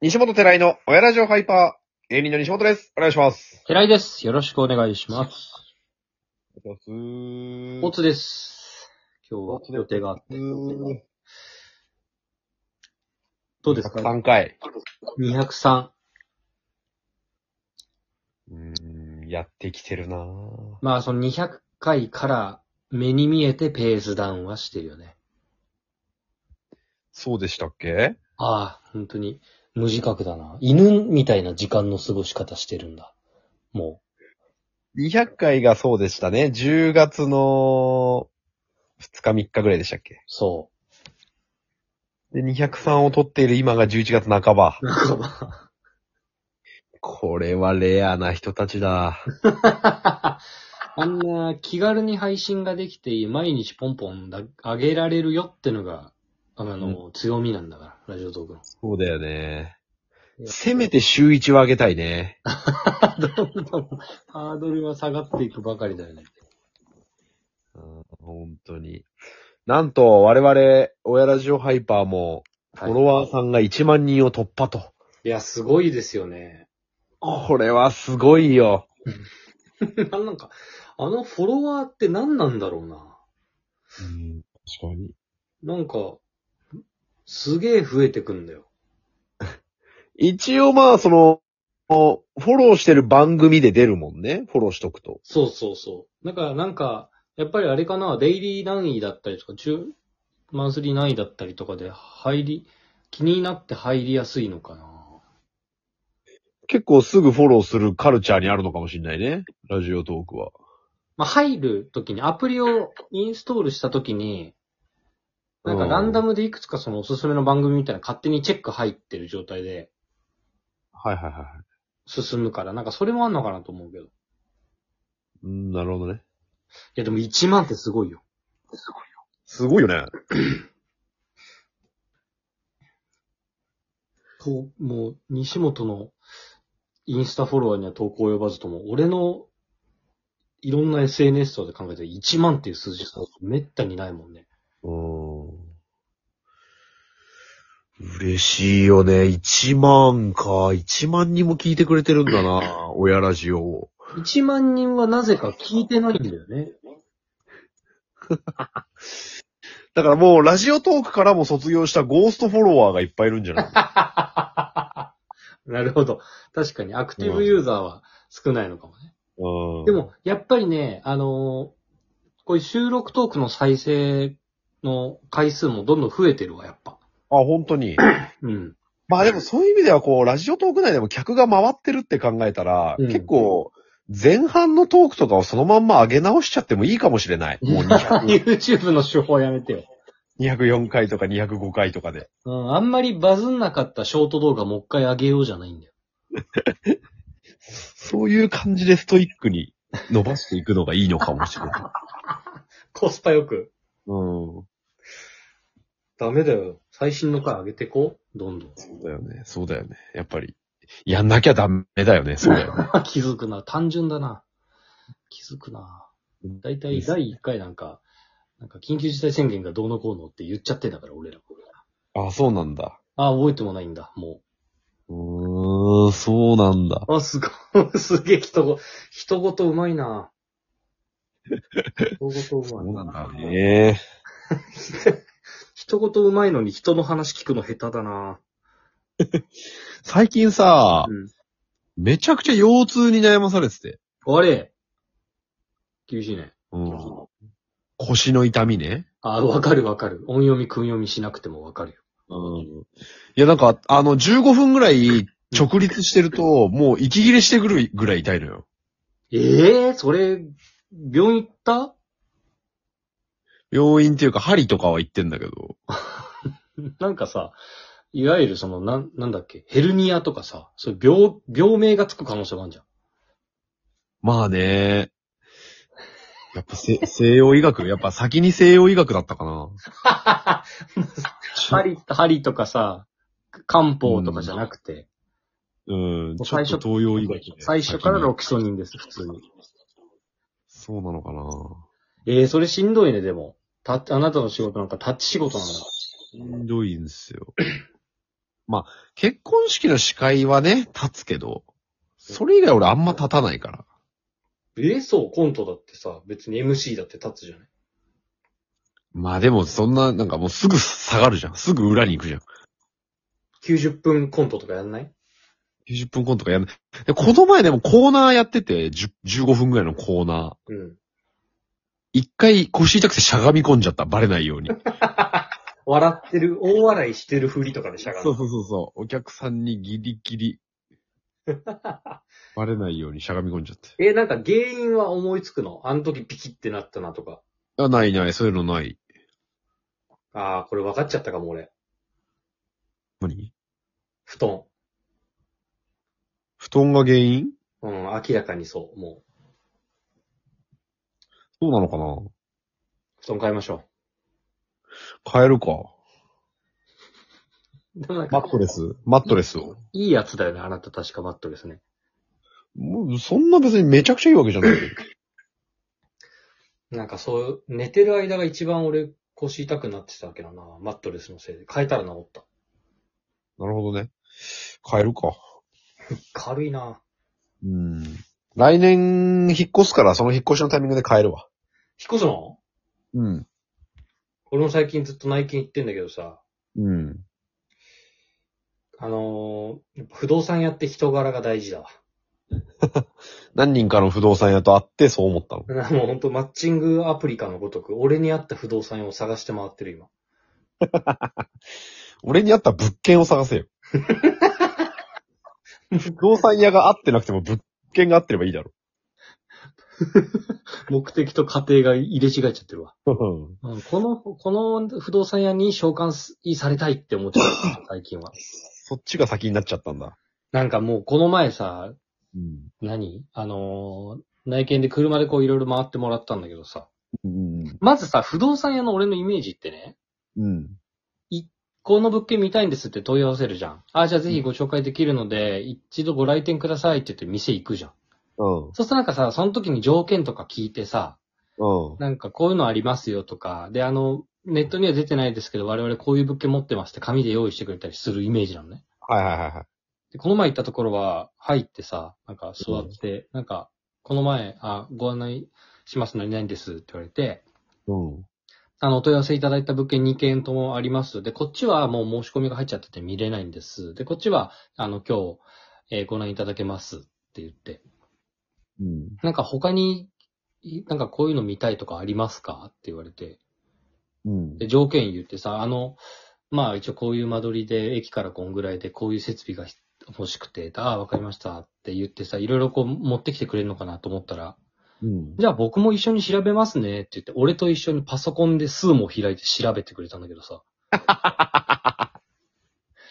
西本寺井の親ラジオハイパー、芸人の西本です。お願いします。寺井です。よろしくお願いします。お願いしおつです。今日は予定があって。どうですか3回。 ?203。うーん、やってきてるなぁ。まあその200回から目に見えてペースダウンはしてるよね。そうでしたっけああ、本当に無自覚だな。犬みたいな時間の過ごし方してるんだ。も ?200 回がそうでしたね。10月の2日3日ぐらいでしたっうけ。そで、203を取っている今が11月半ばう。。なんかこれはレアな人たちだ。まあ あんな気軽に配信ができて、毎日ポンポンだ上げられるよってのが、あの、強みなんだから、ラジオトークの。そうだよね。せめて週1は上げたいね。どんどんハードルは下がっていくばかりだよね。うん本当に。なんと、我々、親ラジオハイパーも、フォロワーさんが1万人を突破と。いや、すごいですよね。 これはすごいよ。なんなんか、あのフォロワーって何なんだろうな。うん、確かに。なんか、すげえ増えてくんだよ。一応まあ、その、フォローしてる番組で出るもんね。フォローしとくと。そうそうそう。だからなんか、やっぱりあれかな、デイリー何位だったりとか、中、マンスリー何位だったりとかで入り、気になって入りやすいのかな。結構すぐフォローするカルチャーにあるのかもしれないね。ラジオトークは。まあ、入るときに、アプリをインストールしたときに、なんかうんランダムでいくつかそのおすすめの番組みたいな勝手にチェック入ってる状態ではいはいはいはい。進むから、なんかそれもあんのかなと思うけど。いうん、なるほどね。やでも1万ってすごいよ。すごいよね。と、もう、西本のインスタフォロワーには投稿及ばずとも、俺のいろんな SNS とかで考えたら1万っていう数字さ、めったにないもんね。うん。嬉しいよね。1万か。1万人も聞いてくれてるんだ な。親ラジオを。 1万人はなぜか聞いてないんだよね。だからもう、ラジオトークからも卒業したゴーストフォロワーがいっぱいいるんじゃない なるほど。確かに、アクティブユーザーは少ないのかもね。うん。で、も、やっぱりね、あのーこういう収録トークの再生の回数もどんどん増えてるわ、やっぱ。あ、本当 に。うん。まあでもそういう意味では、こう、ラジオトーク内でも客が回ってるって考えたら、うん結構、前半のトークとかをそのまんま上げ直しちゃってもいいかもしれない。もう200 YouTube の手法やめてよ。 204回とか205回とかで。うん、あんまりバズんなかったショート動画もう一回上げようじゃないんだよ。そういう感じでストイックに伸ばしていくのがいいのかもしれない。コスパよく。 うん。ダメだよ。最新の回上げてこう。どんどん。そうだよね。そうだよね。やっぱり。やんなきゃダメだよね。そうだよ ね。気づくな。単純だな。気づくな。だいたい第1回なんか、なんか緊急事態宣言がどうのこうのって言っちゃってんだから、俺ら。あ、そうなんだ。ああ、覚えてもないんだ、もうーん、そうなんだ。う。あ、すごい、 すげえ人ご、人ごとうまい な。人ごとうそうなんだまいな。ね。人ごとうまいのに人の話聞くの下手だな。最近さう、ん。めちゃくちゃ腰痛に悩まされてて。あれ厳しいね。うん。腰の痛みね。あ、わかるわかる。音読み、訓読みしなくてもわかるよ。うん。いや、なんか、あの、15分ぐらい直立してると、もう息切れしてくるぐらい痛いのよ。ええそれ、病院行った病院っていうか、針とかは行ってんだけど。なんかさ、いわゆるその、なん、なんだっけ、ヘルニアとかさ、そういう病、病名がつく可能性があるじゃん。まあね。やっぱ せ、西洋医学、やっぱ先に西洋医学だったかな。 針、針とかさ、漢方とかじゃなくて、うん、ちょ最っと初東洋医学で最初から先ロにキソニンです、普通に。そうなのかなええそれしんどいね、でも。た、あなたの仕事なんかタッチ仕事なん だ。しんどいんですよ。結婚式の司会はね、立つけど、それ以外俺あんま立たないから。え、そう、コントだってさ、別に MC だって立つじゃない。まあでもそんな、なんかもうすぐ下がるじゃん。すぐ裏に行くじゃん。 90分コントとかやんない90分コントかやんない。で、この前でもコーナーやってて、10 15分ぐらいのコーナー。うん。一回腰痛くてしゃがみ込んじゃった。バレないように。笑ってる、大笑いしてるふりとか でしゃがそうそうそうそう。お客さんにギリギリる。バレないようにしゃがみ込んじゃって。 え、なんか原因は思いつくのあの時ピキってなったなとか。あ、ないない、そういうのない。ああ、これ分かっちゃったかも俺。何布団。布団が原因うん、明らかにそう。もう、そうなのかな布団買いましょ変えるか。う。でもなんマかッ、トレス。マットレスを。いいやつだよね、あなた確かマットですね。もうそんな別にめちゃくちゃいいわけじゃ ない。なんかそういう、寝てる間が一番俺腰痛くなってたわけだな。マットレスのせいで。変えたら治った。なるほどね。変えるか。軽いな。うん。来年引っ越すから、その引っ越しのタイミングで変えるわ。引っ越すのうん。俺も最近ずっと内見行ってんだけどさ、うん。あのー、やっぱ不動産屋って人柄が大事だわ。 何人かの不動産屋と会ってそう思ったの。もうほんとマッチングアプリかのごとく、俺に合った不動産屋を探して回ってる今。俺に合った物件を探せ よ。不動産屋が合ってなくても物件が合ってればいいだろ。 目的と過程が入れ違えちゃってるわ。うんうんこの、この不動産屋に召喚されたいって思っちゃう、最近は。そっちが先になっちゃったんだ。なんかもうこの前さ、うん。何あのー内見で車でこういろいろ回ってもらったんだけどさ。うん。まずさ、不動産屋の俺のイメージってね、うん。この物件見たいんですって問い合わせるじゃん。あ、じゃあぜひご紹介できるので、一度ご来店くださいって言って店行くじゃん。うん。そうするとなんかさ、その時に条件とか聞いてさ、うん。なんかこういうのありますよとか、で、あの、ネットには出てないですけど、我々こういう物件持ってますって紙で用意してくれたりするイメージなのね。はいはいはいはい。で、この前行ったところは、入ってさ、なんか座って、なんか、この前、あ、ご案内します、何々ですって言われて、うん。あの、お問い合わせいただいた物件2件ともあります。で、こっちはもう申し込みが入っちゃってて見れないんです。で、こっちは、あの、今日、えーご覧いただけますって言って。うん。なんか他に、いなんかこういうの見たいとかありますかって言われて。うん。で、条件言ってさ、あの、まあ一応こういう間取りで、駅からこんぐらいで、こういう設備がひ欲しくて、ああ、わかりましたって言ってさ、いろいろこう持ってきてくれるのかなと思ったら、うん。じゃあ僕も一緒に調べますねって言って、俺と一緒にパソコンで数も開いて調べてくれたんだけど さ。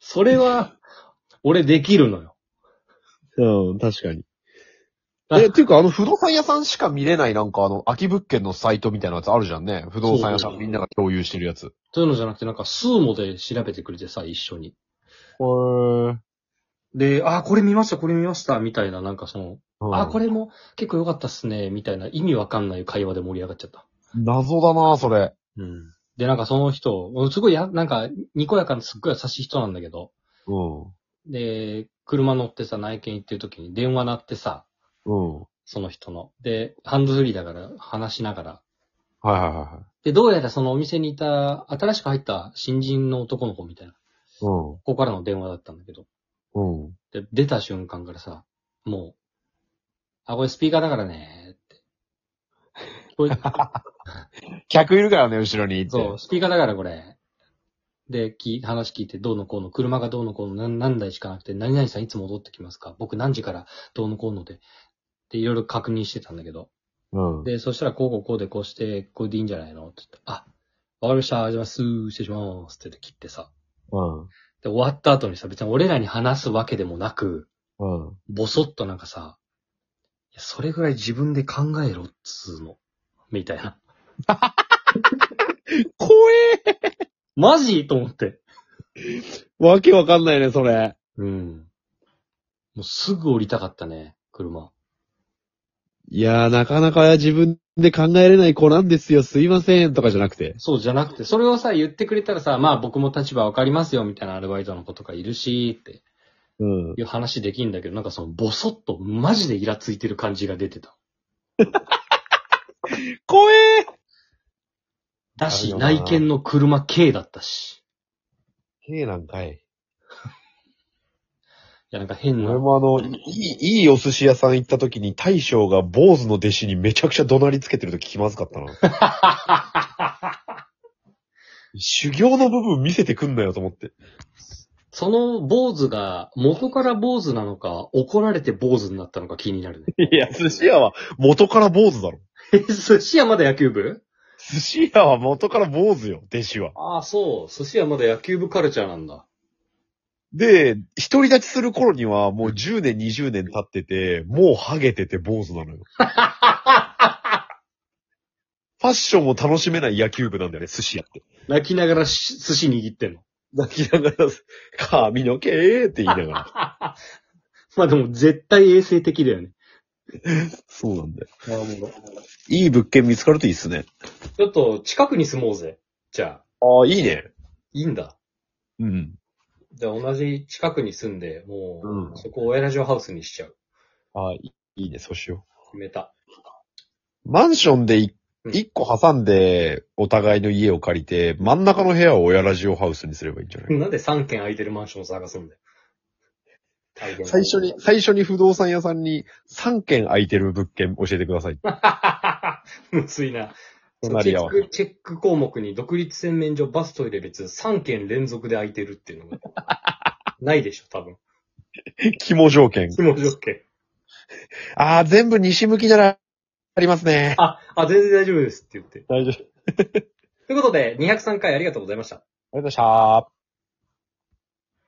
それは、俺できるのよ。うん、確かに。あえ、っていうか、あ の、不動産屋さんしか見れない、なんか、あの、空き物件のサイトみたいなやつあるじゃんね。不動産屋さそんうみんなが共有してるやつ。そういうのじゃなくて、なんか数もで調べてくれてさ、一緒に。へで、ああ、これ見ました、これ見ました、みたいな、なんかその、あ、これ。れも結構良かったっすね、みたいな意味わかんない会話で盛り上がっちゃった。謎だなそれ。うん。で、なんかその人、うんすごいや、なんか、にこやかなすっごい優しい人なんだけど、うん。で、車乗ってさ、内見行ってる時に電話鳴ってさ、うん。その人の。で、ハンドフリーだから話しながら。はいはいはいはい。で、どうやらそのお店にいた、新しく入った新人の男の子みたいな、うここからの電話だったんだけど、ん。うん。で、出た瞬間からさ、もう、あ、これスピーカーだからね、って。これ客いるからね、後ろにいて。そう、スピーカーだからこれ。で、き、話聞いて、どうのこうの、車がどうのこうの、何何台しかなくて、何々さんいつ戻ってきますか僕何時からどうのこうので、で、いろいろ確認してたんだけど。う。うん。で、そしたら、こうこうこうでこうして、これでいいんじゃないのって言って、あ、わかりました、じゃあ、すー、失礼しますって言って切ってさ。うん。で、終わった後にさ、別に俺らに話すわけでもなく、うん。ぼそっとなんかさ、いやそれぐらい自分で考えろっつーの。みたいな。怖えマジと思って。わけわかんないね、それ。うん。もうすぐ降りたかったね、車。いやー、なかなか自分で考えれない子なんですよ、すいません、とかじゃなくて。そうじゃなくて、それをさ、言ってくれたらさ、まあ僕も立場わかりますよ、みたいなアルバイトの子とかいるし、ってうん。いう話できんだけど、なんかその、ボソッと、マジでイラついてる感じが出てた。怖えだあし、るよ内な見の車 K だったし。 K なんかい。いや、なんか変な俺。もあの、いい、いいお寿司屋さん行った時に大将が坊主の弟子にめちゃくちゃ怒鳴りつけてると気まずか ったな。修行の部分見せてくんなよと思って。その坊主が、元から坊主なのか、怒られて坊主になったのか気になるね。 いや、寿司屋は元から坊主だろ。え寿司屋まだ野球部寿司屋は元から坊主よ、弟子は。ああ、そう。寿司屋まだ野球部カルチャーなんだ。で、独り立ちする頃にはもう10年、20年経ってて、もうハゲてて坊主な のよ。ファッションを楽しめない野球部なんだよね、寿司屋って。泣きながらし寿司握ってんの。泣きながら、髪の毛ーって言いながら。 まあでも絶対衛生的だよね。そうなんだよ。なるほど。いい物件見つかるといいっすね。ちょっと近くに住もうぜ。じゃあ、ああ、いいね。いいんだ。うん。じゃあ同じ近くに住んで、もう、うんそこを親ラジオハウスにしちゃう。ああ、いいいいね、そうしよ決めた。 う。マンションでいうん一個挟んで、お互いの家を借りて、真ん中の部屋を親ラジオハウスにすればいいんじゃないなんで3軒空いてるマンションを探すんだよ。最初に、最初に不動産屋さんに3軒空いてる物件教えてください。 むずい な。隣り合わせ。チェックチェック項目に独立洗面所、バストイレ別、3件連続で空いてるっていうのが。 ないでしょ、多分。肝条件。気持ちよっけ。ああ、全部西向きなら、ありますね。あ、あ、全然大丈夫ですって言って。大丈夫。ありがとうということで、203回ありがとうございました。ございました。